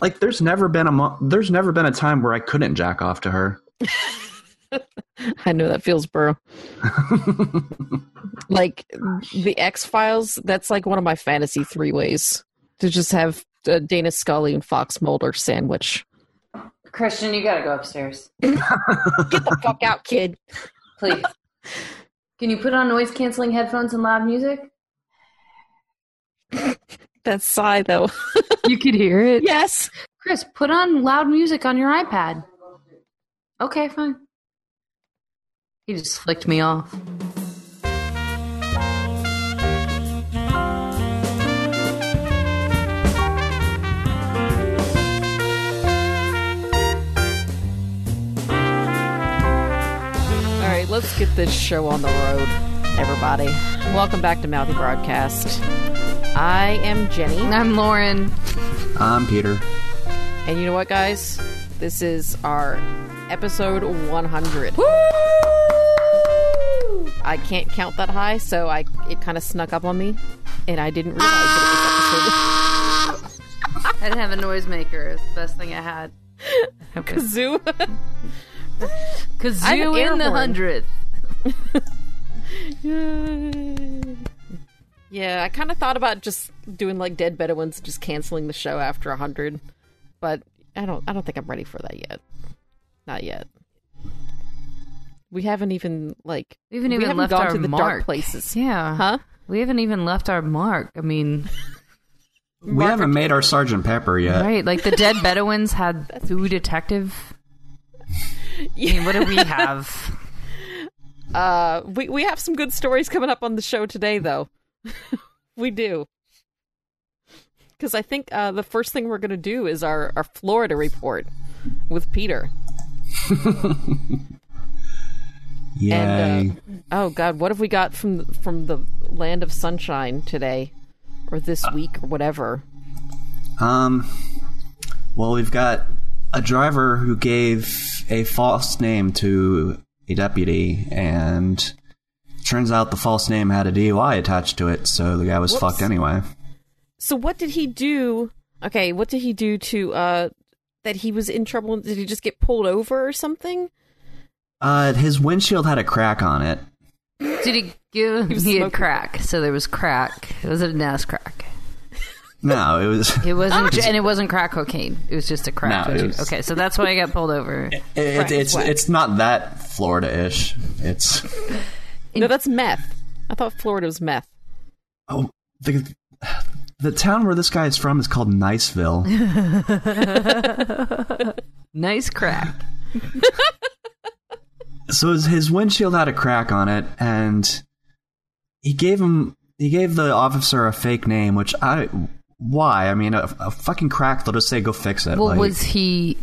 Like there's never been a mo- there's never been a time where I couldn't jack off to her. I know that feels, bro. like the X Files, that's like one of my fantasy three ways to just have uh, Dana Scully and Fox Mulder sandwich. Christian, you gotta go upstairs, Get the fuck out, kid. please. Can you put on noise canceling headphones and loud music? That sigh, though. You could hear it. yes. Chris, put on loud music on your iPad. Okay, fine. He just flicked me off. All right, let's get this show on the road, everybody. Welcome back to Mouthy Broadcast. I am Jenny. I'm Lauren. I'm Um, Peter. And you know what, guys? This is our episode 100. I can't count that high, so I it kind of snuck up on me, and I didn't realize that I didn't have a noisemaker. It's the best thing I had. it was Ah! episode zoo. I have an Kazoo air in the horn. hundredth. yeah, I kind of thought about just doing like Dead Bedouins, just canceling the show after 100, but I don't I don't think I'm ready for that yet. Not yet. We haven't even like We haven't even haven't left gone our to the mark. dark places. Yeah. Huh? We haven't even left our mark. I mean, We haven't made our Sergeant Pepper yet. right? Like the dead Bedouins had Ooh Detective. I mean, what do we have? Uh, we we have some good stories coming up on the show today, though. we do, because I think uh, the first thing we're going to do is our our Florida report with Peter. Yay. And uh, oh God, what have we got from from the land of sunshine today, or this week, or whatever? uh, Um, well, we've got a driver who gave a false name to a deputy, and turns out the false name had a DUI attached to it, so the guy was Whoops. fucked anyway. So what did he do? Okay, what did he do to uh that he was in trouble? Did he just get pulled over or something? Uh, his windshield had a crack on it. Did he give? He was He had smoking. crack, so there was crack. It was a NASCrack. No, it was. It Ah. wasn't, and it wasn't crack cocaine. It was just a crack. No, it cocaine. was- Okay, so that's why I got pulled over. It, it's it's what? it's not that Florida-ish. It's No, that's meth. I thought Florida was meth. oh the the town where this guy is from is called Niceville. Nice crack. so his, his windshield had a crack on it, and he gave him he gave the officer a fake name, which I why I mean a, a fucking crack. They'll just say go fix it. Well, like- was he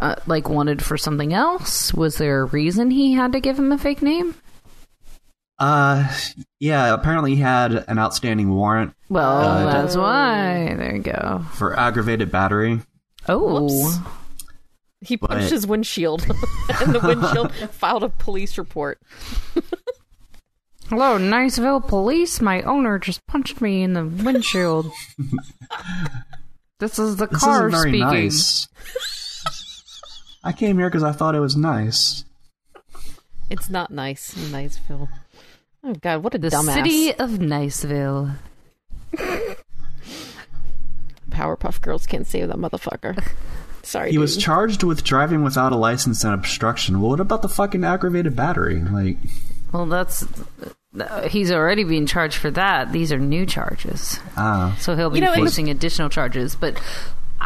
uh, like wanted for something else? Was there a reason he had to give him a fake name? uh yeah. Apparently, he had an outstanding warrant Well, Uh, that's why. There you go. for aggravated battery. Oh, Whoops. He punched But- his windshield, and the windshield filed a police report. hello, Niceville police. My owner just punched me in the windshield. this is the This car isn't very speaking. nice. I came here because I thought it was nice. It's not nice, in Niceville. Oh God, what a The dumbass! city of Niceville. Powerpuff Girls can't save that motherfucker. Sorry, He was dude. charged with driving without a license and obstruction. Well, what about the fucking aggravated battery? Like, Well, that's uh, he's already being charged for that. These are new charges, ah, so he'll be You know, it was- facing additional charges. But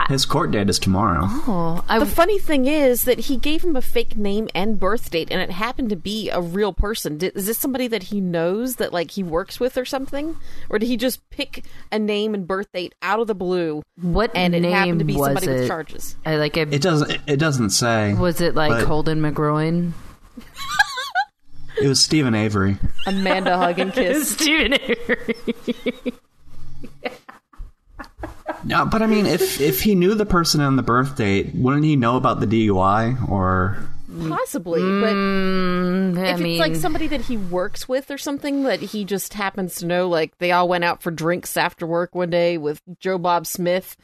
his court date is tomorrow. oh, I the funny thing is that he gave him a fake name and birth date, and it happened to be a real person. Did, is this somebody that he knows that like he works with or something, or did he just pick a name and birth date out of the blue? what And it name happened to be was somebody it? with charges. I like I, It doesn't. it- It doesn't say. was it like but- Holden McGroin? It was Stephen Avery. Amanda hug and kiss. Steven No, but I mean, if if he knew the person and the birth date, wouldn't he know about the DUI? Or Possibly, Mm, but I if mean, it's like somebody that he works with or something that he just happens to know, like they all went out for drinks after work one day with Joe Bob Smith,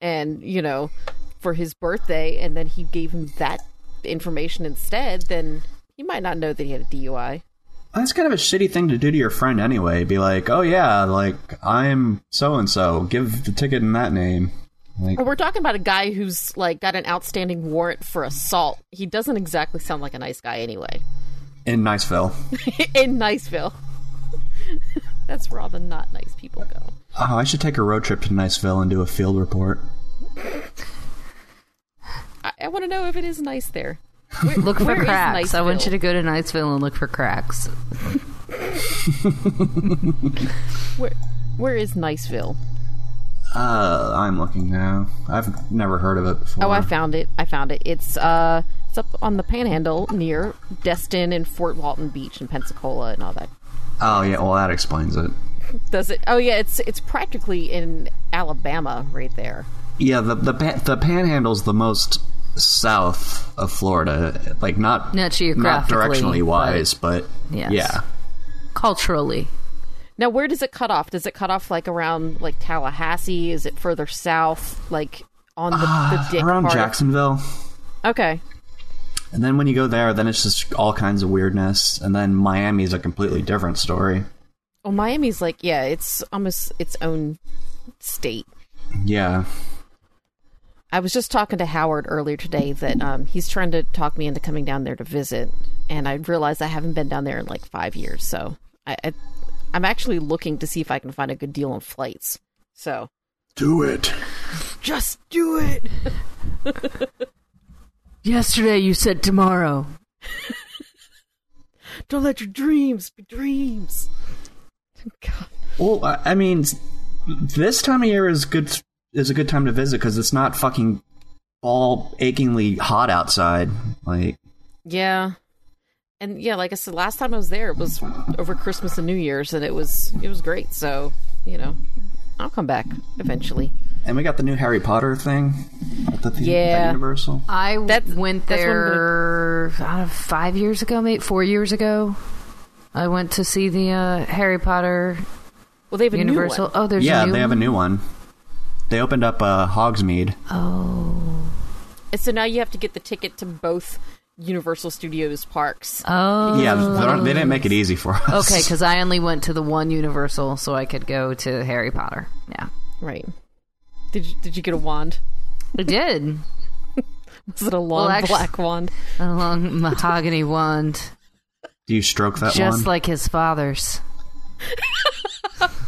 and you know, for his birthday, and then he gave him that information instead, then he might not know that he had a DUI. That's kind of a shitty thing to do to your friend anyway. Be like, oh yeah, like I'm so and so. Give the ticket in that name. Like, Well, we're talking about a guy who's like got an outstanding warrant for assault. He doesn't exactly sound like a nice guy anyway. in Niceville. In Niceville. That's where all the not nice people go. Oh, I should take a road trip to Niceville and do a field report. I, I want to know if it is nice there. Where- look for where is cracks. I want you Niceville? to go to Knightsville and look for cracks. Where, where is Niceville? Uh, I'm looking now. I've never heard of it before. Oh, I found it. I found it. It's uh, it's up on the Panhandle near Destin and Fort Walton Beach and Pensacola and all that. Oh yeah, well that explains it. Does it? Oh yeah, it's it's practically in Alabama right there. Yeah, the the pan, the Panhandle's the most south of Florida. Like not Not not geographically, directionally but- wise, but, Yes. yeah. Culturally, Now, where does it cut off? Does it cut off like around like Tallahassee? Is it further south, like on the, the dick around part? of- Jacksonville. Okay, And then when you go there, then it's just all kinds of weirdness. And then Miami's a completely different story. well, Miami's like yeah, it's almost its own state. Yeah. I was just talking to Howard earlier today that um, he's trying to talk me into coming down there to visit, and I realized I haven't been down there in like five years. So I, I I'm actually looking to see if I can find a good deal on flights. So Do it. just do it. yesterday you said tomorrow. Don't let your dreams be dreams. God. Well, I I mean, s- this time of year is good is a good time to visit because it's not fucking all achingly hot outside. Like, Yeah. And yeah, like I said, last time I was there, it was over Christmas and New Year's, and it was it was great. So you know, I'll come back eventually. and we got the new Harry Potter thing at the, theme- Yeah. at Universal. I w- That's- went that's one of the- there I don't know, five years ago, maybe four years ago. I went to see the uh, Harry Potter Well, they have a new Universal. one. Oh, there's yeah, a new they have a one? new one. They opened up uh, Hogsmeade. Oh, And so now you have to get the ticket to both Universal Studios parks. oh, yeah, they, don't- they didn't make it easy for us. Okay, because I only went to the one Universal, so I could go to Harry Potter. Yeah, Right. Did you, did you get a wand? I did. Was it a long actu- black wand? A long mahogany wand, do you stroke that just one? like his father's.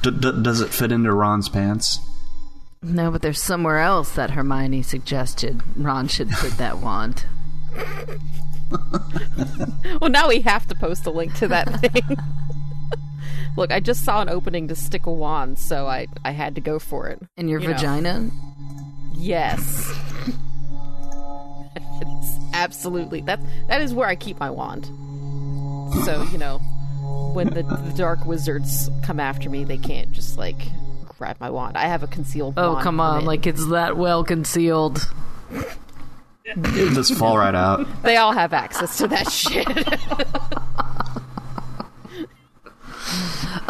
D- d- does it fit into Ron's pants? No, but there's somewhere else that Hermione suggested Ron should put that wand. Well, now we have to post a link to that thing. Look, I just saw an opening to stick a wand, so I I had to go for it. In your You know. vagina? Yes. it's absolutely that that is where I keep my wand. So, you know, when the, the dark wizards come after me, they can't just like grab my wand. I have a concealed Oh, wand come on. permit. Like, it's that well concealed. It'll just fall right out. they all have access to that shit.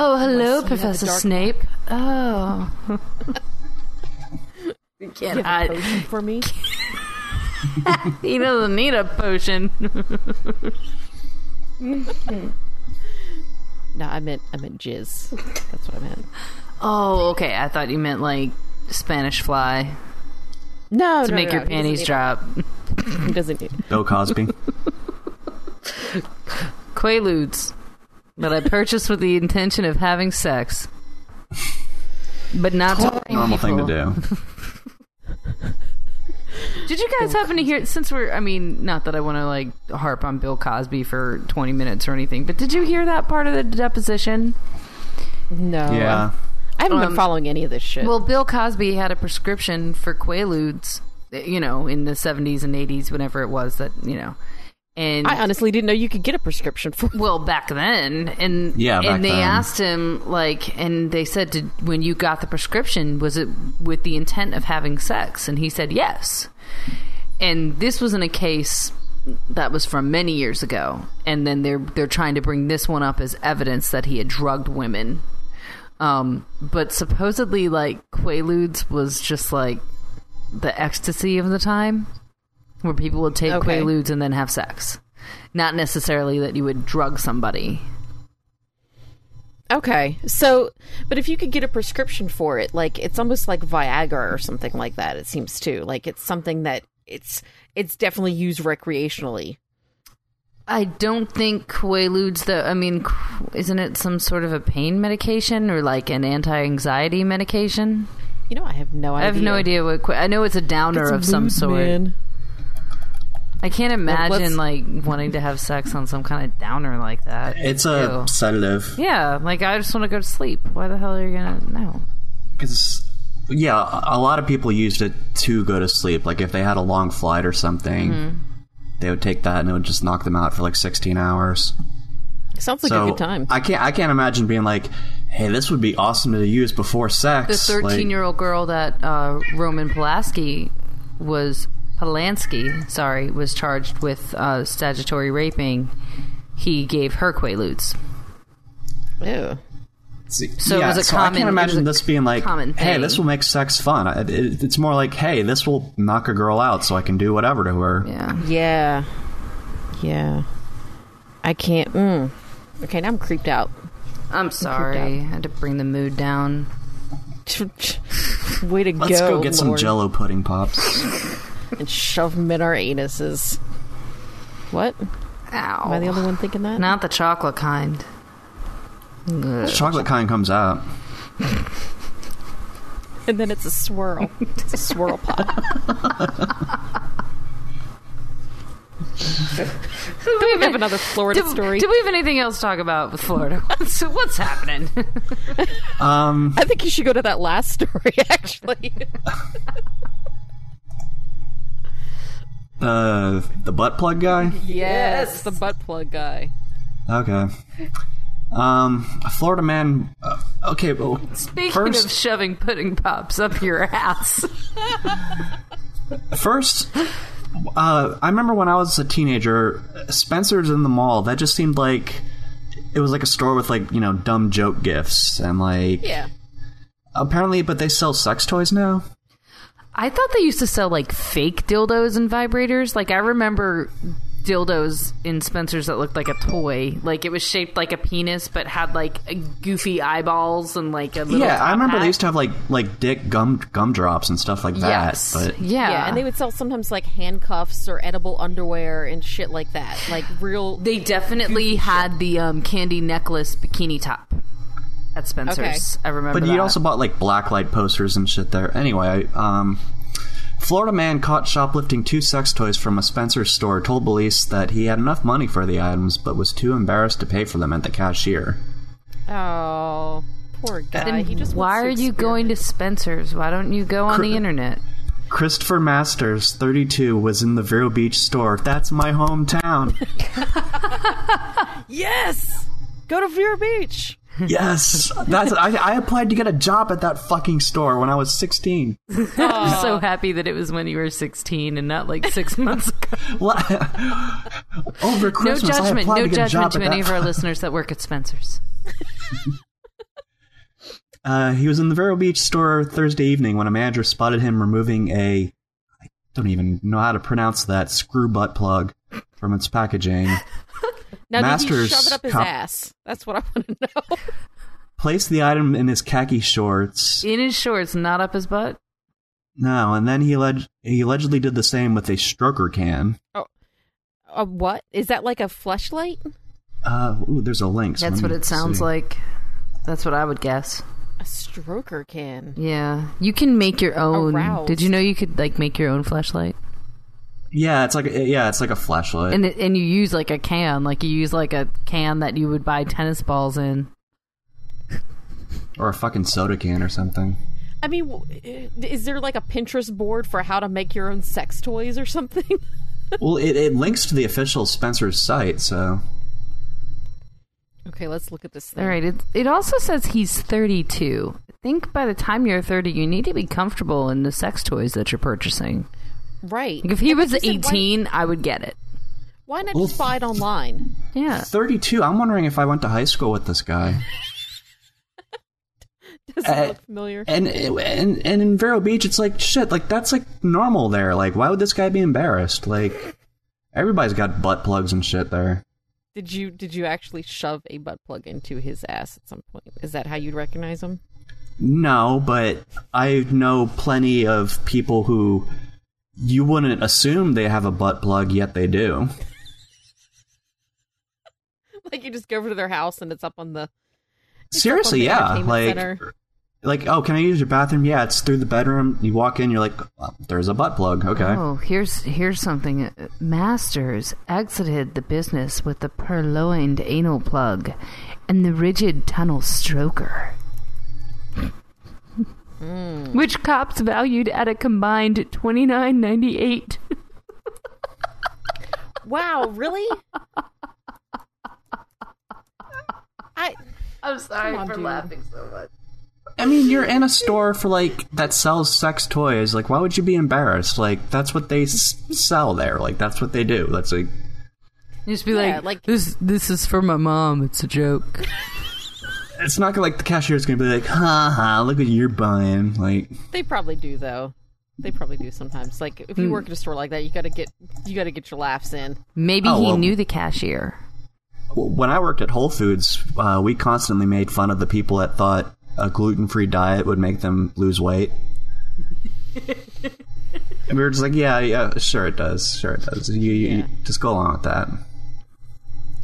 Oh, hello, have Professor Professor a dark- Snape. Oh. Can't hide. Potion for me. He doesn't need a potion. No, I meant I meant jizz. That's what I meant. Oh, okay. I thought you meant like Spanish fly No, to no, make no, your no, he doesn't panties need- drop. He doesn't need. Bill Cosby. Quaaludes that I purchased with the intention of having sex, but not to other Normal thing to people. do. Did you guys happen to hear? Since we're, I mean, not that I want to like harp on Bill Cosby for twenty minutes or anything, but did you hear that part of the deposition? No, Yeah. I haven't been Um, following any of this shit. Well, Bill Cosby had a prescription for Quaaludes, you know, in the seventies and eighties, whenever it was that you know, and I honestly didn't know you could get a prescription for. Well, back then, and Yeah, back and they then. asked him like, and they said, Did, "When you got the prescription, was it with the intent of having sex?" And he said, "Yes." And this was in a case that was from many years ago, and then they're they're trying to bring this one up as evidence that he had drugged women. Um, but supposedly, like Quaaludes was just like the ecstasy of the time, where people would take Okay. Quaaludes and then have sex. Not necessarily that you would drug somebody. Okay. So, but if you could get a prescription for it, like it's almost like Viagra or something like that. It seems too like it's something that it's it's definitely used recreationally. I don't think Quaaludes. The I mean, qu- isn't it some sort of a pain medication or like an anti-anxiety medication? You know, I have no idea. I have no idea what. Qua- I know it's a downer of some sort. I can't imagine what's- like wanting to have sex on some kind of downer like that. It's a Ew. sedative. yeah, like I just want to go to sleep. Why the hell are you gonna no? 'Cause, yeah, a lot of people used it to go to sleep. Like if they had a long flight or something, Mm-hmm. they would take that and it would just knock them out for like 16 hours. Sounds like so a good time. I can't. I can't imagine being like, "Hey, this would be awesome to use before sex." The thirteen-year-old girl that uh, Roman Polanski was Polanski, sorry, was charged with uh, statutory raping. He gave her quaaludes. Ew. So So it yeah, was a so I common- can't it imagine was a this being like, common "Hey, thing." this will make sex fun." I- It, it's more like, "Hey, this will knock a girl out, so I can do whatever to her." Yeah, Yeah. Yeah. I can't. Mm. Okay, now I'm creeped out. I'm sorry. I had to bring the mood down. Way to Let's go, get some Lord. Jello pudding pops. and shove them in our anuses. What? Ow! Am I the only one thinking that? Not the chocolate kind. The chocolate kind comes out. And then it's a swirl. It's a swirl pop. Do We have another Florida Did- story. Did we have anything else to talk about with Florida? What's, what's happening? Um, I think you should go to that last story, actually. uh, the butt plug guy. yes. The butt plug guy. Okay. Um, a Florida man. Uh, okay, well, Speaking first, of shoving pudding pops up your ass, First, uh, I remember when I was a teenager, Spencer's in the mall. That just seemed like it was like a store with like you know dumb joke gifts and like Yeah. apparently, but they sell sex toys now. I thought they used to sell like fake dildos and vibrators. Like I remember dildos in Spencer's that looked like a toy. Like it was shaped like a penis, but had like a goofy eyeballs and like a little. yeah, I top remember hat. they used to have like like dick gum gumdrops and stuff like that. Yes. But yeah. Yeah, and they would sell sometimes like handcuffs or edible underwear and shit like that. Like real. They definitely had the um, candy necklace bikini top at Spencer's. I remember. but that. you also bought like blacklight posters and shit there. Anyway, um, Florida man caught shoplifting two sex toys from a Spencer's store told police that he had enough money for the items, but was too embarrassed to pay for them at the cashier. Oh, poor guy. Then he just why are wants to you going to Spencer's? Why don't you go on the internet? Christopher Masters, 32, was in the Vero Beach store. That's my hometown. Yes! Go to Vera Beach. yes, that's. I, I applied to get a job at that fucking store when I was 16. I'm so happy that it was when you were 16 and not like six months ago. What? Over No Christmas, I judgment, applied no to get a judgment job to at any that. of our listeners that work at Spencer's. Uh, he was in the Vero Beach store Thursday evening when a manager spotted him removing a. I don't even know how to pronounce that screw butt plug from its packaging. Now, Masters did he shove it up his com- ass? That's what I want to know. Placed the item in his khaki shorts. In his shorts, not up his butt. No, and then he, alleg- he allegedly did the same with a stroker can. A what? Is that like a fleshlight? Uh, ooh, there's a link. so That's let me what it sounds see. like. That's what I would guess. A stroker can. Yeah, you can make your own. Aroused. Did you know you could like make your own flashlight? Yeah, it's like yeah, it's like a flashlight. And it, and you use like a can, like you use like a can that you would buy tennis balls in. or a fucking soda can or something. I mean, w- eh, is there like a Pinterest board for how to make your own sex toys or something? well, it, it links to the official Spencer's site, so okay, let's look at this thing. All right. It it also says he's 32. I think by the time you're 30, you need to be comfortable in the sex toys that you're purchasing. Right. Like if he Like was you said, why- 18, I would get it. Why not Well, just buy it online? Yeah. 32. I'm wondering if I went to high school with this guy. Does Uh, it look familiar? And and and in Vero Beach, it's like shit. Like that's like normal there. Like why would this guy be embarrassed? Like everybody's got butt plugs and shit there. Did you did you actually shove a butt plug into his ass at some point? Is that how you'd recognize him? No, but I know plenty of people who you wouldn't assume they have a butt plug, yet they do. Like you just go over to their house and it's up on the it's up on Seriously, the yeah. entertainment Like, center. like, oh, can I use your bathroom? Yeah, it's through the bedroom. You walk in, you're like, oh, there's a butt plug. Okay. Oh, here's here's something. Masters exited the business with the purloined anal plug and the rigid tunnel stroker. Which cops valued at a combined twenty nine ninety eight. Wow, really? I I'm sorry Come on, for dude. laughing so much. I mean, you're in a store for like that sells sex toys. Like, why would you be embarrassed? Like, that's what they s- sell there. Like, that's what they do. That's like, Just be Yeah, like, like- this this is for my mom. It's a joke. it's not gonna, like the cashier's gonna be like, ha ha, look what you're buying. Like, They probably do though. They probably do sometimes. Like if you Hmm. work at a store like that, you gotta get you gotta get your laughs in. Maybe Oh, he well- knew the cashier. when I worked at Whole Foods, uh, we constantly made fun of the people that thought a gluten free diet would make them lose weight. and we were just like, yeah, yeah, sure it does. Sure it does. You, you, Yeah. you just go along with that.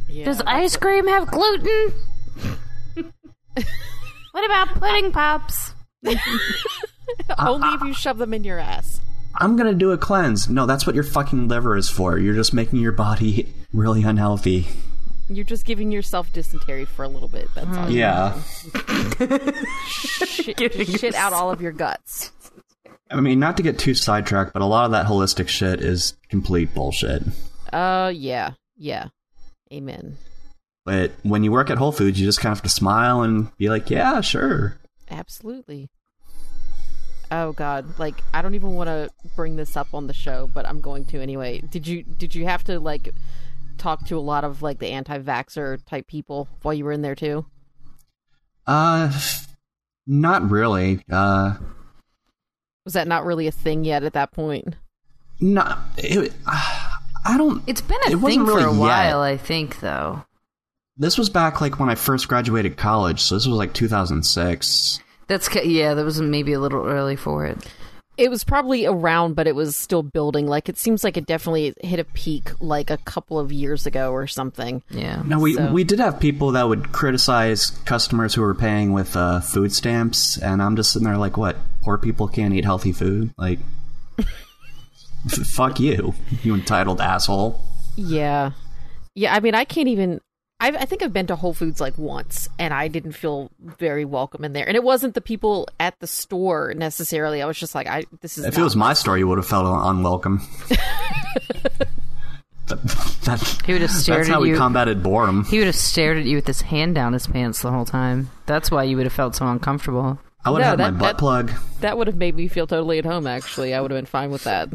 Yeah. Does ice cream have gluten? what about pudding pops? Only if you shove them in your ass. I'm going to do a cleanse. No, that's what your fucking liver is for. You're just making your body really unhealthy. You're just giving yourself dysentery for a little bit. That's all. Hmm. Yeah. Shit, just shit out all of your guts. I mean, not to get too sidetracked, but a lot of that holistic shit is complete bullshit. Uh, yeah, yeah. Amen. But when you work at Whole Foods, you just kind of have to smile and be like, yeah, sure. Absolutely. Oh God! Like I don't even want to bring this up on the show, but I'm going to anyway. Did you did you have to like talk to a lot of like the anti-vaxxer type people while you were in there too? Uh, not really. Uh, Was that not really a thing yet at that point? not. It, I don't. It's been a It thing wasn't for a really yet. while, I think, though. This was back like when I first graduated college, so this was like 2006. That's ca- yeah, that was maybe a little early for it. It was probably around, but it was still building. Like it seems like it definitely hit a peak like a couple of years ago or something. Yeah, Now we So- we did have people that would criticize customers who were paying with uh, food stamps, and I'm just sitting there like, what? Poor people can't eat healthy food? Like, f- fuck you, you entitled asshole. Yeah. Yeah, I mean, I can't even. I've, I think I've been to Whole Foods like once, and I didn't feel very welcome in there. And it wasn't the people at the store necessarily. I was just like, I this is. If not- it was my store, you would have felt un- unwelcome. that, that- he would have stared that's how at we you. combated boredom. he would have stared at you with his hand down his pants the whole time. That's why you would have felt so uncomfortable. I would No, have had that- my butt that- plug. that would have made me feel totally at home. Actually, I would have been fine with that.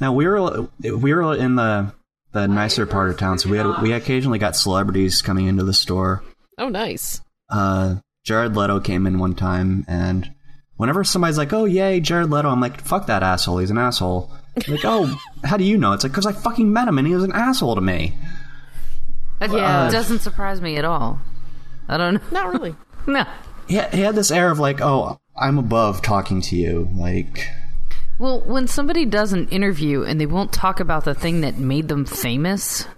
Now we were we were in the the nicer part of town, so we had we occasionally got celebrities coming into the store. Oh, nice. Uh, Jared Leto came in one time, and whenever somebody's like, "Oh yay, Jared Leto," I'm like, "Fuck that asshole, he's an asshole." like, oh, how do you know? It's like because I fucking met him and he was an asshole to me. That Uh, Yeah. doesn't surprise me at all. I don't know. Not really. No. He, he had this air of like, "Oh, I'm above talking to you." Like, Well, when somebody does an interview and they won't talk about the thing that made them famous,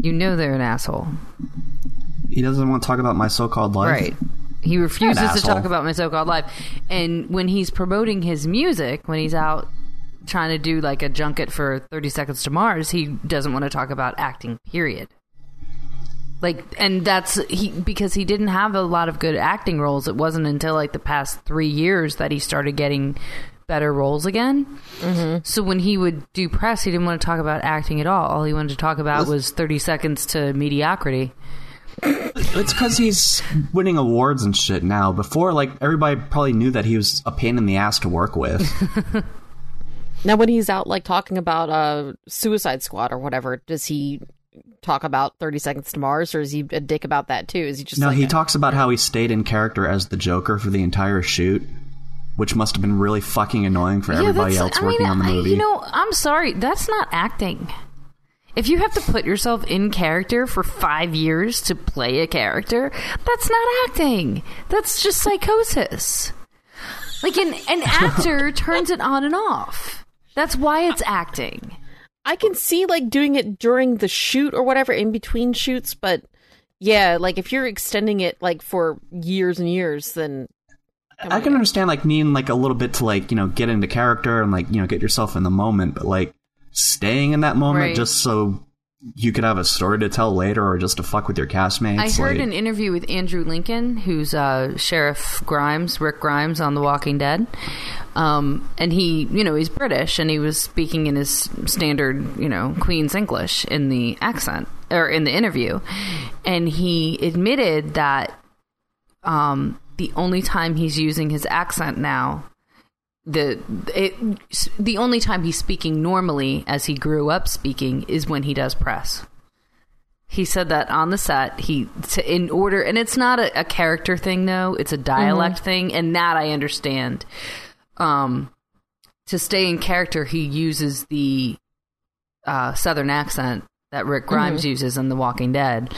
you know they're an asshole. he doesn't want to talk about my so-called life. Right. He refuses to asshole. talk about my so-called life. And when he's promoting his music, when he's out trying to do like a junket for 30 Seconds to Mars, he doesn't want to talk about acting, period. Like and that's he because he didn't have a lot of good acting roles. It wasn't until like the past 3 years that he started getting better roles again. So when he would do press, he didn't want to talk about acting at all. All he wanted to talk about was 30 seconds to mediocrity. It's because he's winning awards and shit now. Before, like everybody probably knew that he was a pain in the ass to work with. Now, when he's out, like talking about uh, Suicide Squad or whatever, does he talk about Thirty Seconds to Mars, or is he a dick about that too? Is he just No, like he a- talks about how he stayed in character as the Joker for the entire shoot, which must have been really fucking annoying for everybody that's- else working on the I- movie. You know, I'm sorry, that's not acting. If you have to put yourself in character for five years to play a character, that's not acting. That's just psychosis. Like an an actor turns it on and off. That's why it's acting. I can see like doing it during the shoot or whatever in between shoots, but yeah, like if you're extending it like for years and years, then I can understand like needing like a little bit to like you know get into character and like you know get yourself in the moment, but like staying in that moment Right. just so you could have a story to tell later or just to fuck with your castmates. I heard like, an interview with Andrew Lincoln, who's uh, Sheriff Grimes, Rick Grimes on The Walking Dead, um, and he, you know, he's British, and he was speaking in his standard, you know, Queen's English in the accent or in the interview, and he admitted that um, the only time he's using his accent now the it, the only time he's speaking normally as he grew up speaking is when he does press he said that on the set he to, in order and it's not a, a character thing though it's a dialect thing and that i understand um to stay in character he uses the uh southern accent that rick grimes uses in the walking dead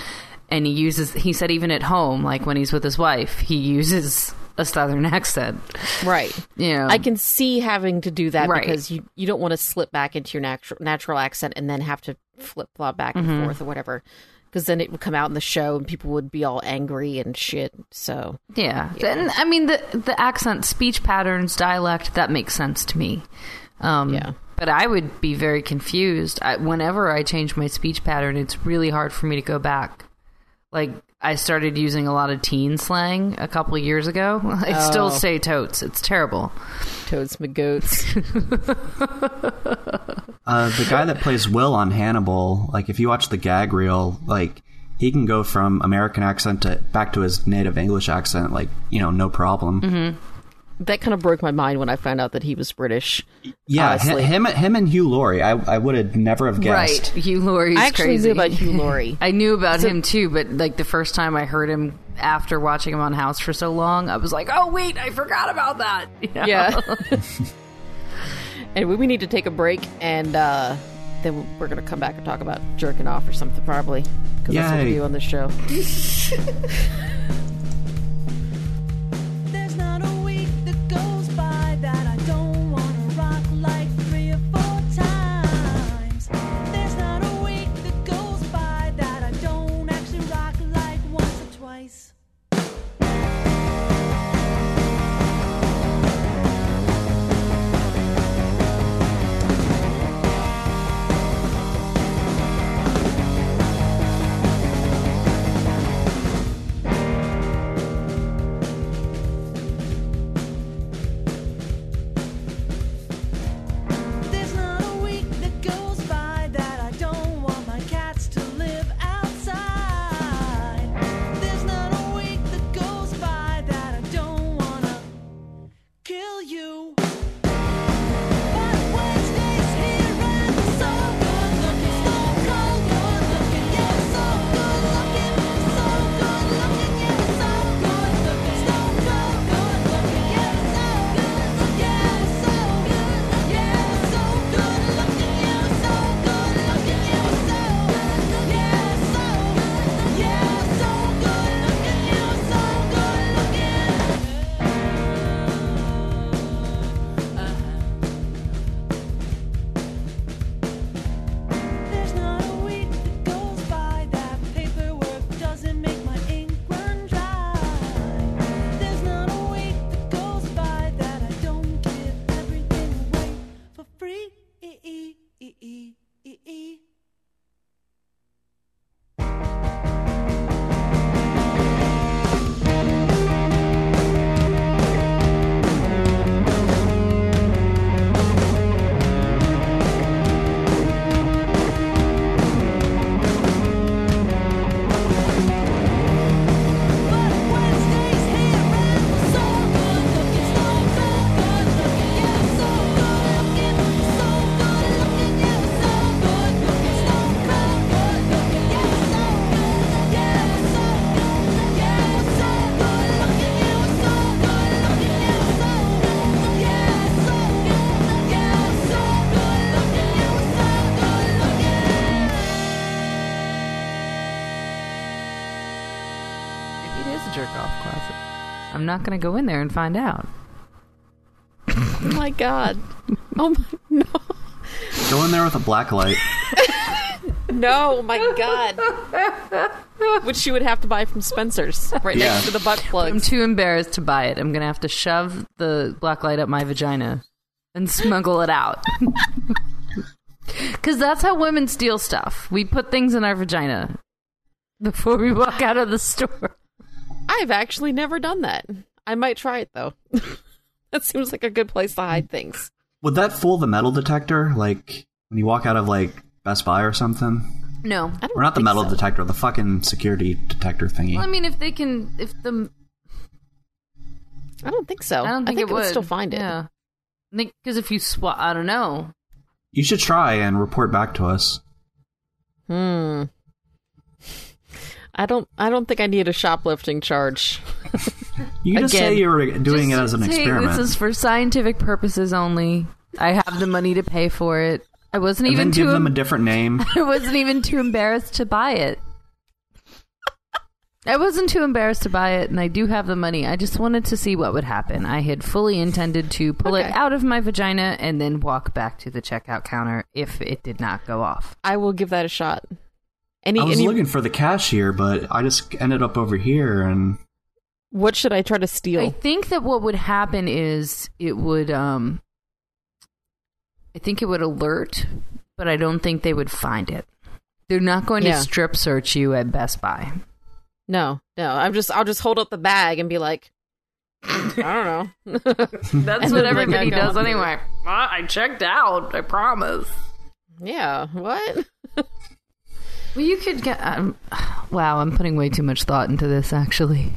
and he uses he said even at home like when he's with his wife he uses a southern accent right. you know I can see having to do that Right. because you, you don't want to slip back into your natural natural accent and then have to flip flop back and Mm-hmm. forth or whatever. Because then it would come out in the show and people would be all angry and shit. So Yeah. And I mean the the accent, speech patterns, dialect, that makes sense to me. Um Yeah. but I would be very confused. I, whenever I change my speech pattern, it's really hard for me to go back. Like I started using a lot of teen slang a couple of years ago. I Oh. still say totes. It's terrible. toads McGoats. Uh, the guy that plays Will on Hannibal, like if you watch the gag reel, like he can go from American accent to back to his native English accent, like you know, no problem. that kind of broke my mind when I found out that he was British. Yeah, him, honestly. him, him, and Hugh Laurie. I, I would have never have guessed. Right. Hugh Laurie's I actually crazy. knew about Hugh Laurie. I knew about him too, but like the first time I heard him after watching him on House for so long, I was like, "Oh wait, I forgot about that." You know? Yeah. and we, we need to take a break, and uh, then we're going to come back and talk about jerking off or something, probably. Because that's what we Yay. do on this show. There's not a week that goes by that I don't wanna rock like three or four times. There's not a week that goes by that I don't actually rock like once or twice. E, I'm not going to go in there and find out. Oh my god. Oh my no. Go in there with a black light. No, oh my god. Which you would have to buy from Spencer's right Yeah. next to the butt I'm plugs. too embarrassed to buy it. I'm going to have to shove the black light up my vagina and smuggle it out. Because that's how women steal stuff. We put things in our vagina before we walk out of the store. I've actually never done that. I might try it though. that seems like a good place to hide things. Would that fool the metal detector? Like when you walk out of like Best Buy or something? No. I don't Or not the think metal so. detector, the fucking security detector thingy. Well, I mean, if they can, if the I don't think so. I don't think, I would. still find it. Yeah, because if you swap, I don't know. you should try and report back to us. Hmm. I don't I don't think I need a shoplifting charge. You can just Again, say you're doing it Just as an say experiment. This is for scientific purposes only. I have the money to pay for it. I wasn't and then even give too. them a em- different name. I wasn't even too embarrassed to buy it. I wasn't too embarrassed to buy it, and I do have the money. I just wanted to see what would happen. I had fully intended to pull Okay. it out of my vagina and then walk back to the checkout counter if it did not go off. I will give that a shot. Any I was any looking for the cashier, but I just ended up over here and what should I try to steal? I think that what would happen is it would um I think it would alert, but I don't think they would find it. They're not going Yeah. to strip search you at Best Buy. No, no. I'm just I'll just hold up the bag and be like I don't know. That's what everybody does anyway. I checked out, I promise. yeah, what? Well, you could get um, Wow, I'm putting way too much thought into this actually.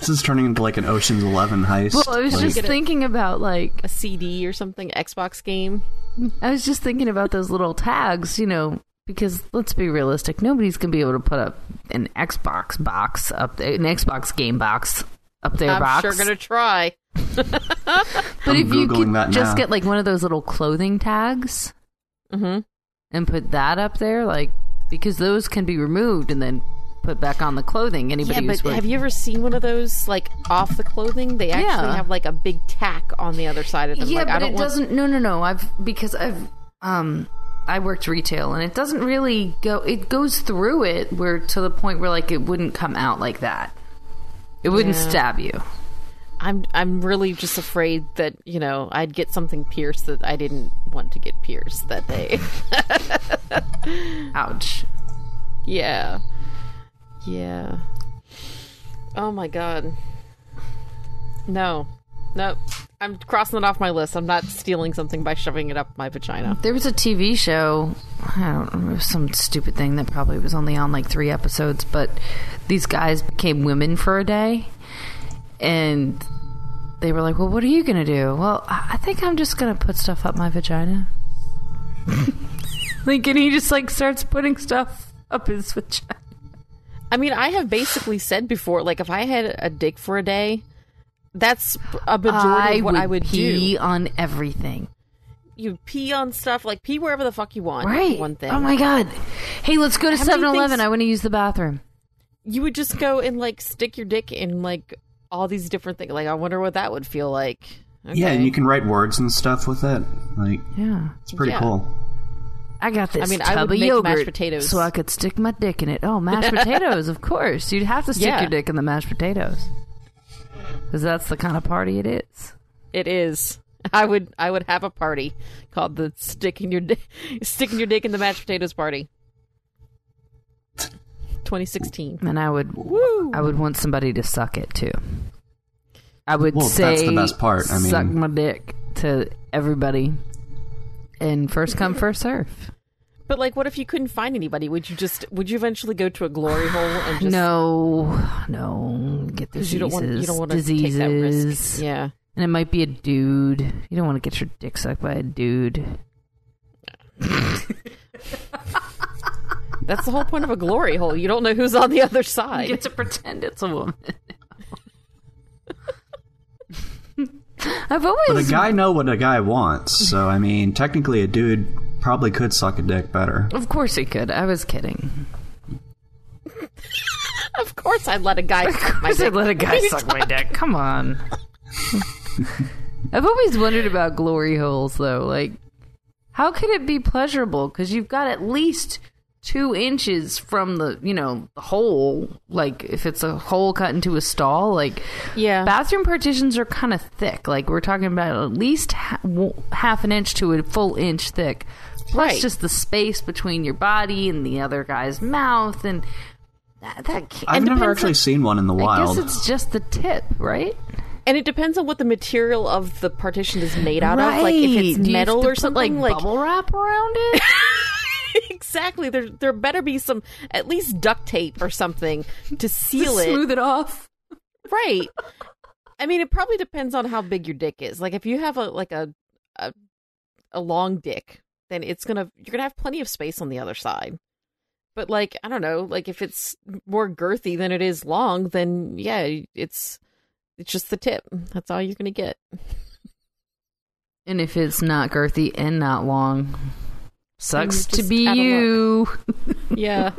this is turning into like an Ocean's Eleven heist. Well, I was Like, just Get it. thinking about like A CD or something, Xbox game. I was just thinking about those little tags, you know, because let's be realistic, nobody's gonna be able to put up an Xbox box up there, an Xbox game box up there I'm box. sure gonna try. but I'm if you Googling could that just now. get like one of those little clothing tags Mm-hmm. and put that up there, like because those can be removed and then put back on the clothing. Anybody yeah, who's but work- have you ever seen one of those like off the clothing? They actually Yeah. have like a big tack on the other side of them. yeah, like, but I don't it want- doesn't. No, no, no. I've because I've um I worked retail and it doesn't really go. It goes through it where to the point where like it wouldn't come out like that. It wouldn't Yeah. stab you. I'm I'm really just afraid that you know I'd get something pierced that I didn't want to get pierced that day. Ouch. yeah, yeah. Oh my god. No, no. I'm crossing it off my list. I'm not stealing something by shoving it up my vagina. There was a TV show. I don't remember some stupid thing that probably was only on like three episodes, but these guys became women for a day, and they were like, "Well, what are you gonna do?" Well, I I think I'm just gonna put stuff up my vagina. like, and he just like starts putting stuff up his vagina. I mean, I have basically said before, like if I had a dick for a day, that's a majority of what I would pee do. on everything. You pee on stuff, like pee wherever the fuck you want. Right. One thing. Oh my god. Hey, let's go to How many 7-Eleven. things- I want to use the bathroom. you would just go and like stick your dick in like all these different things. Like, I wonder what that would feel like. Okay. yeah, and you can write words and stuff with it. Like Yeah. it's pretty Yeah. cool. I got this. I mean, I tub would of make yogurt mashed potatoes. so I could stick my dick in it. Oh, mashed potatoes, of course. You'd have to stick Yeah. your dick in the mashed potatoes because that's the kind of party it is. It is. I would. I would have a party called the sticking your dick, sticking your dick in the mashed potatoes party. 2016. And I would, Woo. I would want somebody to suck it too. I would Well, say that's the best part. I suck mean- my dick to everybody, and first come, first serve. But like, what if you couldn't find anybody? Would you just? Would you eventually go to a glory hole and just? no, no, get diseases, 'cause You don't want. You don't want to take diseases, that risk. Yeah. and it might be a dude. You don't want to get your dick sucked by a dude. That's the whole point of a glory hole. You don't know who's on the other side. to pretend it's a woman. I've But a always, guy know what a guy wants, so I mean, technically, a dude probably could suck a dick better. of course, he could. I was kidding. Of course, I let a guy. I said, let a guy suck my dick. Come on. I've always wondered about glory holes, though. Like, how could it be pleasurable? Because you've got at least two inches from the, you know, the hole. Like, if it's a hole cut into a stall, like, Yeah. bathroom partitions are kind of thick. Like, we're talking about at least ha- w- half an inch to a full inch thick. Plus, Right. just the space between your body and the other guy's mouth, and that, that can't, I've and never depends on- actually seen one in the I wild. guess it's just the tip, right? and it depends on what the material of the partition is made out of. Like if it's Do you have metal to or put, something, like bubble wrap around it. exactly. There, there better be some at least duct tape or something to seal it. it off. right i mean it probably depends on how big your dick is like if you have a like a a, a long dick then it's gonna you're gonna have plenty of space on the other side but like i don't know like if it's more girthy than it is long then yeah it's it's just the tip that's all you're gonna get And if it's not girthy and not long, sucks you're to just be out of you. yeah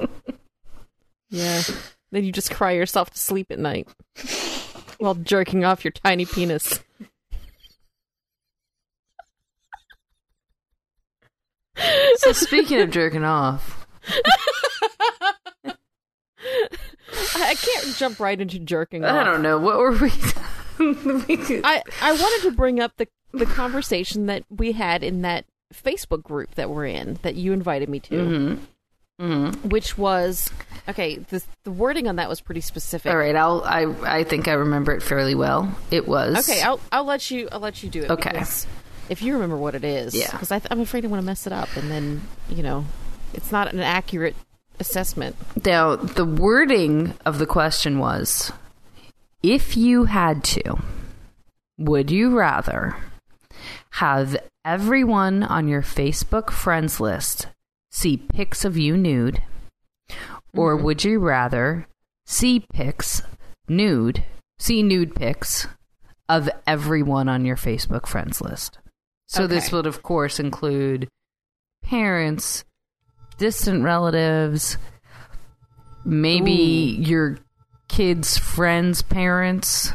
yeah then you just cry yourself to sleep at night while jerking off your tiny penis so speaking of jerking off, I, I can't jump right into jerking off. I don't know what were we. we could- I, I wanted to bring up the the conversation that we had in that Facebook group that we're in that you invited me to, Mm-hmm. which was okay. The the wording on that was pretty specific. all right, I'll. I I think I remember it fairly well. It was Okay, I'll I'll let you I'll let you do it. Okay. because If you remember what it is, Yeah. Because I'm afraid I want to mess it up, and then you know, it's not an accurate assessment. Now, the wording of the question was if you had to, would you rather have everyone on your Facebook friends list see pics of you nude, or would you rather see pics nude, see nude pics of everyone on your Facebook friends list? So, this Okay. would, of course, include parents, distant relatives, maybe your kids' friends' parents.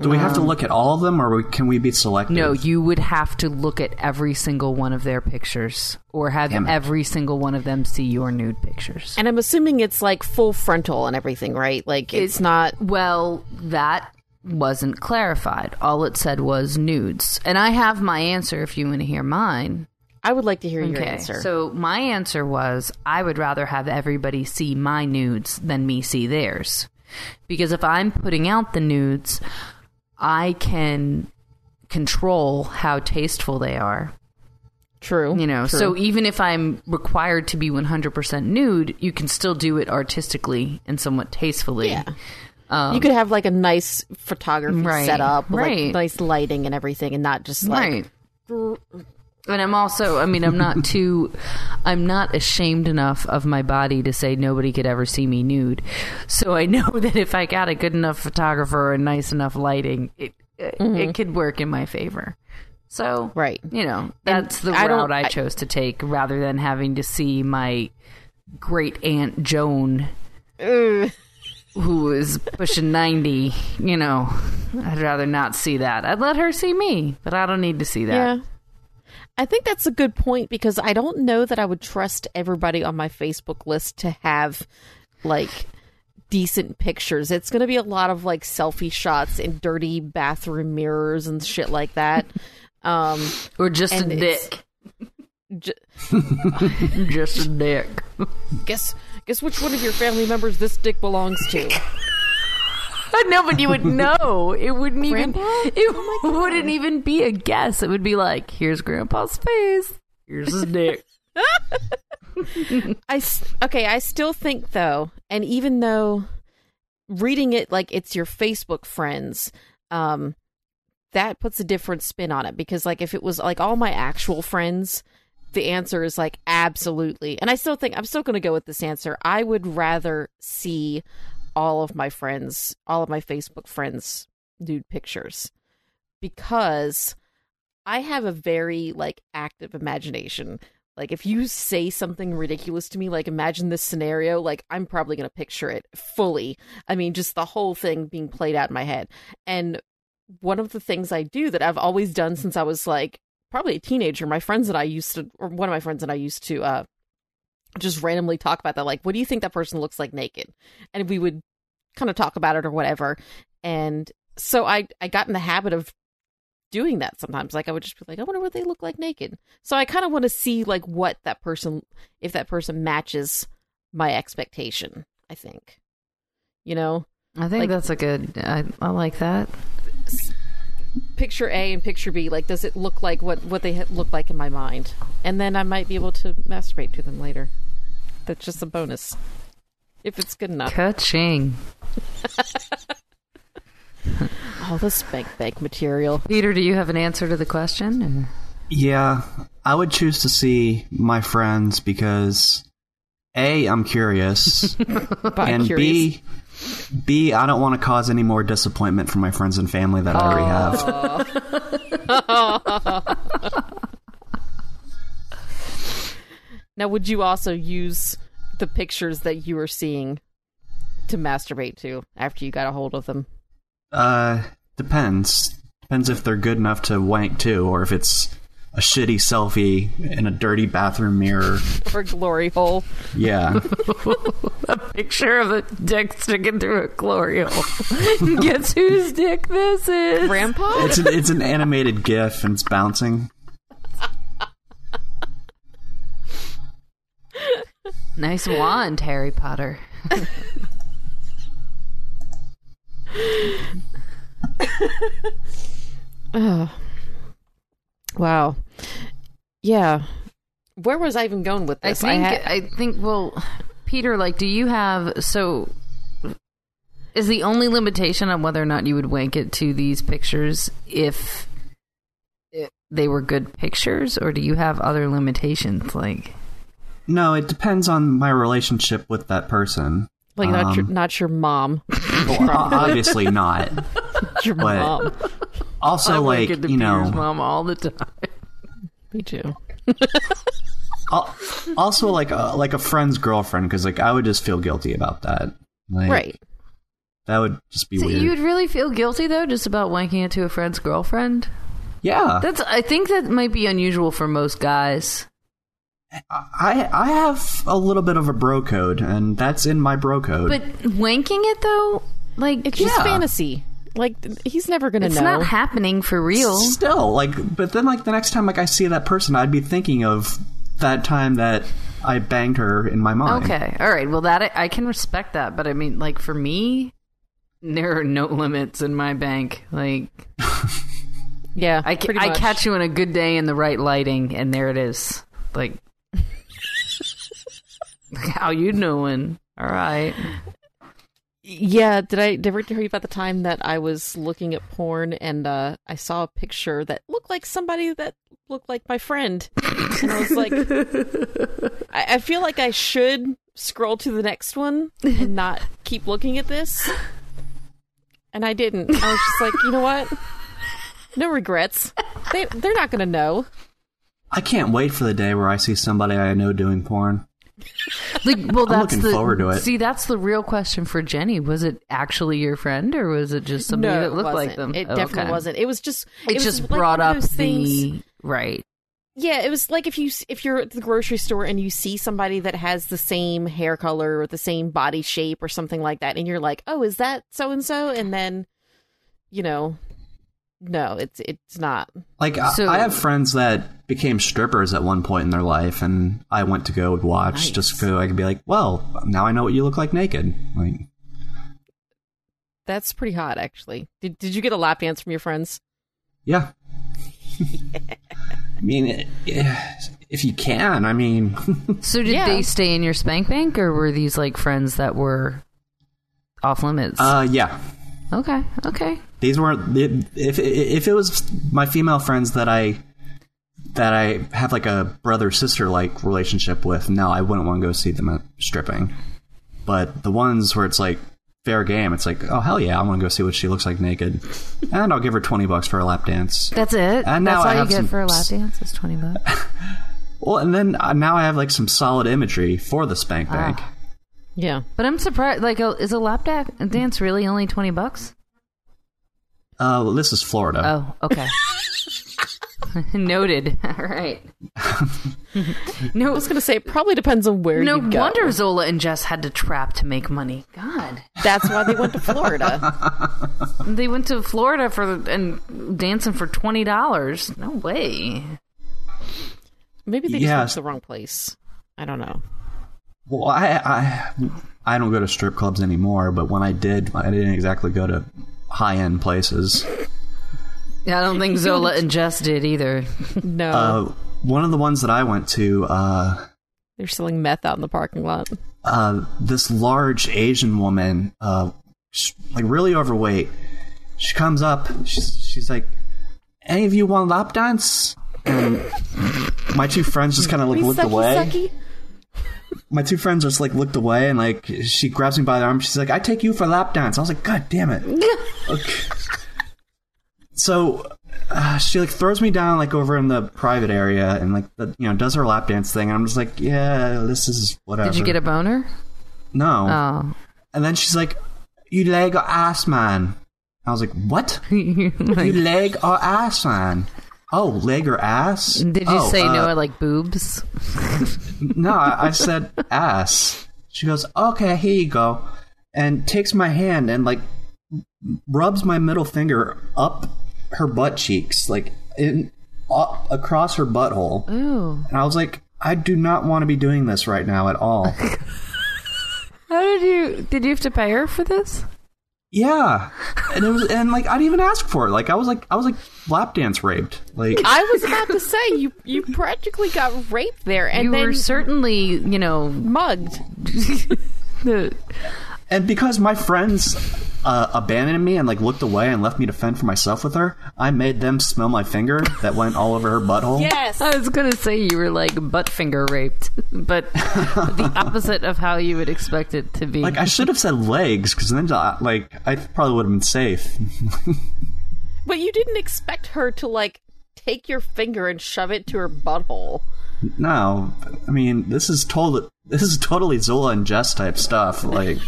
Do we have to look at all of them, or we- can we be selective? um, No, you would have to look at every single one of their pictures or have Damn it. every single one of them see your nude pictures. And I'm assuming it's like full frontal and everything, right? Like it's, It's- not. Well, that wasn't clarified. All it said was nudes. And I have my answer if you want to hear mine. I would like to hear your answer. So my answer was I would rather have everybody see my nudes than me see theirs. Because if I'm putting out the nudes, I can control how tasteful they are. true. You know, true. so even if I'm required to be 100% nude, you can still do it artistically and somewhat tastefully. Um, Yeah. you could have like a nice photography Right, set up, with, right. like nice lighting and everything, and not just like Right. And I'm also, I mean, I'm not too, I'm not ashamed enough of my body to say nobody could ever see me nude. So I know that if I got a good enough photographer and nice enough lighting, it it- it could work in my favor. So Mm-hmm. Right. you know, that's the I don't- route I, I- chose to take rather than having to see my great aunt Joan, Mm. who is pushing ninety. You know, I'd rather not see that. I'd let her see me, but I don't need to see that. yeah. I think that's a good point because I don't know that I would trust everybody on my Facebook list to have like decent pictures. It's going to be a lot of like selfie shots and dirty bathroom mirrors and shit like that. um, Or just And a it's- dick. j- Just a dick. guess guess which one of your family members this dick belongs to. no, but you would know. It wouldn't even. Grandpa? It wouldn't even be a guess. It would be like, here's Grandpa's face. Here's his dick. I s- okay. I still think though, and even though reading it like it's your Facebook friends, um, that puts a different spin on it because like if it was like all my actual friends, the answer is like absolutely. And I still think I'm still going to go with this answer. I would rather see all of my friends, all of my Facebook friends' nude pictures because I have a very like active imagination. Like if you say something ridiculous to me, like imagine this scenario, like I'm probably going to picture it fully. I mean, just the whole thing being played out in my head. And one of the things I do that I've always done since I was like probably a teenager, my friends and I used to or one of my friends and I used to uh just randomly talk about that like what do you think that person looks like naked? And we would kind of talk about it or whatever. And so I I got in the habit of doing that sometimes. Like I would just be like, I wonder what they look like naked. So I kind of want to see like what that person, if that person matches my expectation. I think, you know, I think Like- that's a good. I, I like that. picture A and picture B. Like, does it look like what what they ha- look like in my mind? And then I might be able to masturbate to them later. That's just a bonus if it's good enough. Ka-ching. All this bank bank material. Peter, do you have an answer to the question? Yeah, I would choose to see my friends because A, I'm curious, By and curious. B, B, I don't want to cause any more disappointment for my friends and family that I already have. Now, would you also use the pictures that you were seeing to masturbate to after you got a hold of them? Uh, depends. Depends if they're good enough to wank too, or if it's a shitty selfie in a dirty bathroom mirror. Or glory hole? Yeah. a picture of a dick sticking through a glory hole. Guess whose dick this is? Grandpa? It's an, it's an animated GIF and it's bouncing. Nice wand, Harry Potter. Oh. Wow. Yeah. Where was I even going with I this? think. I, ha- think. Well, Peter, like, do you have so? Is the only limitation on whether or not you would wank it to these pictures if if they were good pictures, or do you have other limitations? Like, No, it depends on my relationship with that person. like not your um, not your mom. Well, o- obviously not. Your But- mom. Also, like wank it to you Peter's know, mom all the time. Me too. al- also like a, like a friend's girlfriend, because like I would just feel guilty about that. Like, Right. That would just be So weird. you'd really feel guilty though, just about wanking it to a friend's girlfriend. yeah, That's. I think that might be unusual for most guys. I I have a little bit of a bro code, and that's in my bro code. But wanking it though, like, It's just Yeah. fantasy. Like th- he's never gonna it's know. not happening for real. still like but then like the next time like i see that person i'd be thinking of that time that i banged her in my mind Okay. All right. Well, that I, I can respect that, but I mean, like for me, there are no limits in my bank. Like yeah. I, ca- pretty I much. catch you in a good day in the right lighting, and there it is. Like how you doing? All right. Yeah, did I did I ever tell you about the time that I was looking at porn and uh, I saw a picture that looked like somebody that looked like my friend, and I was like, I, I feel like I should scroll to the next one and not keep looking at this, and I didn't. I was just like, you know what? No regrets. They they're not gonna know. i can't wait for the day where i see somebody i know doing porn Like, well, I'm that's looking the forward to it. see. That's the real question for Jenny. Was it actually your friend, or was it just somebody no, that it looked like wasn't. them? It Oh, definitely okay. wasn't. It was just It, was just like brought one of up those the things- right. Yeah, it was like if you if you're at the grocery store and you see somebody that has the same hair color or the same body shape or something like that, and you're like, "Oh, is that so and so?" And then, you know, no, it's it's not. like I- So- I, have friends that became strippers at one point in their life and i went to go watch just so i could be like well now i know what you look like naked like That's pretty hot, actually. Did did you get a lap dance from your friends? yeah i mean it, yeah, if you can i mean So did Yeah. they stay in your spank bank, or were these like friends that were off limits? uh yeah okay, okay. These weren't if if it was my female friends that I that I have like a brother sister like relationship with. No, I wouldn't want to go see them at stripping. But the ones where it's like fair game, it's like oh hell yeah, I want to go see what she looks like naked, and I'll give her twenty bucks for a lap dance. That's it. And uh, now That's I all you have get some- for a lap dance is twenty bucks. Well, and then uh, now I have like some solid imagery for the Spank Bank. Yeah. But I'm surprised. Like, uh, is a lap da- dance really only twenty bucks? Uh, well, this is Florida. Oh, okay. Noted. All right. I no, was going to say it probably depends on where no you go. wonder Zola and Jess had to trap to make money. God, That's why they went to Florida. they went to Florida for the, and dancing for twenty dollars. No way. Maybe they just Yeah. went to the wrong place. I don't know. Well, I, I I don't go to strip clubs anymore, but when I did, I didn't exactly go to high end places. Yeah, I don't think Zola and Jess did either. No, Uh, one of the ones that I went to, uh, they're selling meth out in the parking lot. uh, this large Asian woman, uh, sh like really overweight, she comes up. She's, she's like, "Any of you want lap dance?" And my two friends just kind of like, looked away. My two friends just like looked away, and like she grabs me by the arm. She's like, "I take you for lap dance." I was like, "God damn it!" Okay. So uh, she like throws me down like over in the private area, and like the, you know does her lap dance thing, and I'm just like, "Yeah, this is whatever." Did you get a boner? no? Oh, And then she's like, "You leg or ass man?" I was like, "What? you leg or ass man?" Oh, leg or ass? did you Oh, say uh, no? I like boobs. No, I, I said ass. She goes, "Okay, here you go," and takes my hand and like rubs my middle finger up her butt cheeks, like in up, across her butthole. Ooh, And I was like, "I do not want to be doing this right now at all." how did you? Did you have to pay her for this? Yeah, and it was, and like I didn't even ask for it. Like I was like I was like lap dance raped. Like I was about to say you you practically got raped there, and you then were certainly, you know, mugged. the and because my friends uh, abandoned me and like looked away and left me to fend for myself with her, I made them smell my finger that went all over her butthole. Yes, I was gonna say you were like butt finger raped, but the opposite of how you would expect it to be. Like I should have said legs because then uh, like I probably would have been safe. but you didn't expect her to like take your finger and shove it to her butthole. no, I mean this is total this is totally Zola and Jess type stuff. Like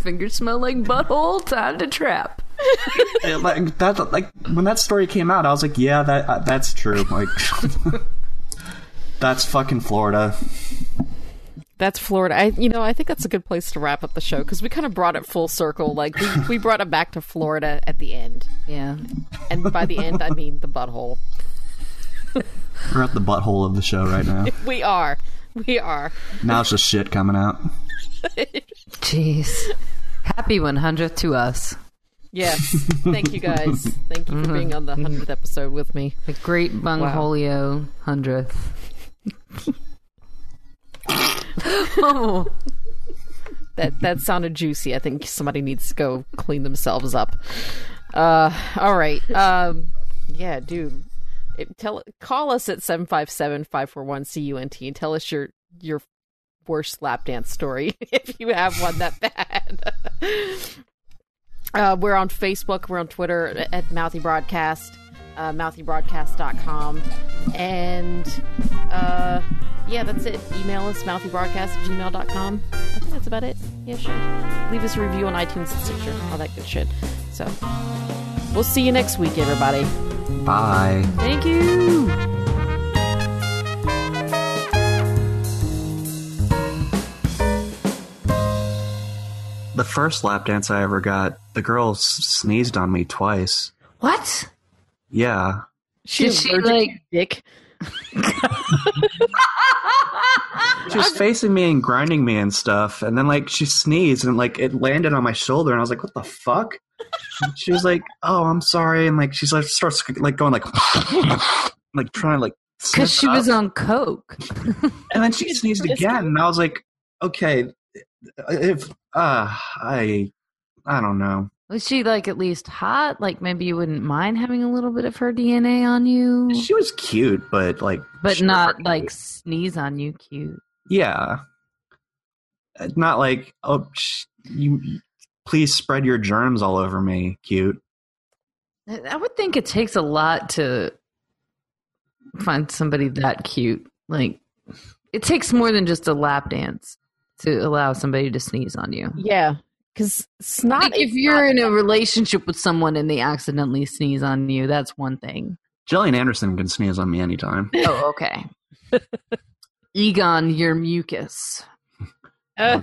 Fingers smell like butthole. Time to trap. it- like that like when that story came out, I was like, yeah, that uh, that's true. Like that's fucking Florida. That's Florida. I, you know, I think that's a good place to wrap up the show because we kind of brought it full circle. Like we, we brought it back to Florida at the end, Yeah. and by the end, I mean the butthole. We're at the butthole of the show right now. We are, we are. now it's just shit coming out. Jeez. Happy 100th to us. Yes. Thank you guys. Thank you Mm-hmm. for being on the 100th episode with me. The great Bungholio 100th. oh. That that sounded juicy. I think somebody needs to go clean themselves up. Uh all right. Um yeah, dude. It, tell call us at 757-541-CUNT and tell us your your worst lap dance story if you have one that bad. Uh, we're on Facebook. We're on Twitter at- at Mouthy Broadcast, uh, mouthybroadcast.com. And uh, yeah, that's it. Email us, mouthdybroadcast at gmail.com. I think that's about it. Yeah, sure. Leave us a review on iTunes and Stitcher, all that good shit. So we'll see you next week, everybody. Bye. Thank you. The first lap dance I ever got, the girl s- sneezed on me twice. What? Yeah. Did she like? Dick. She was facing me and grinding me and stuff, and then like she sneezed and like it landed on my shoulder, and I was like, "What the fuck?" And she was like, "Oh, I'm sorry," and like she like, starts like going like like trying to like sniff Because she it was um, up. on coke. and then she sneezed again, and I was like, "Okay, if uh, I I don't know." Was she like at least hot? Like maybe you wouldn't mind having a little bit of her DNA on you, She was cute, but like, but she not was- like sneeze on you, cute. yeah, not like oh, sh- you please spread your germs all over me, cute. I I would think it takes a lot to find somebody that cute. Like, it takes more than just a lap dance to allow somebody to sneeze on you. Yeah, because snot. Like, if is you're not- in a relationship with someone and they accidentally sneeze on you, that's one thing. Jillian Anderson can sneeze on me anytime. Oh, okay. Egon, your mucus. Uh,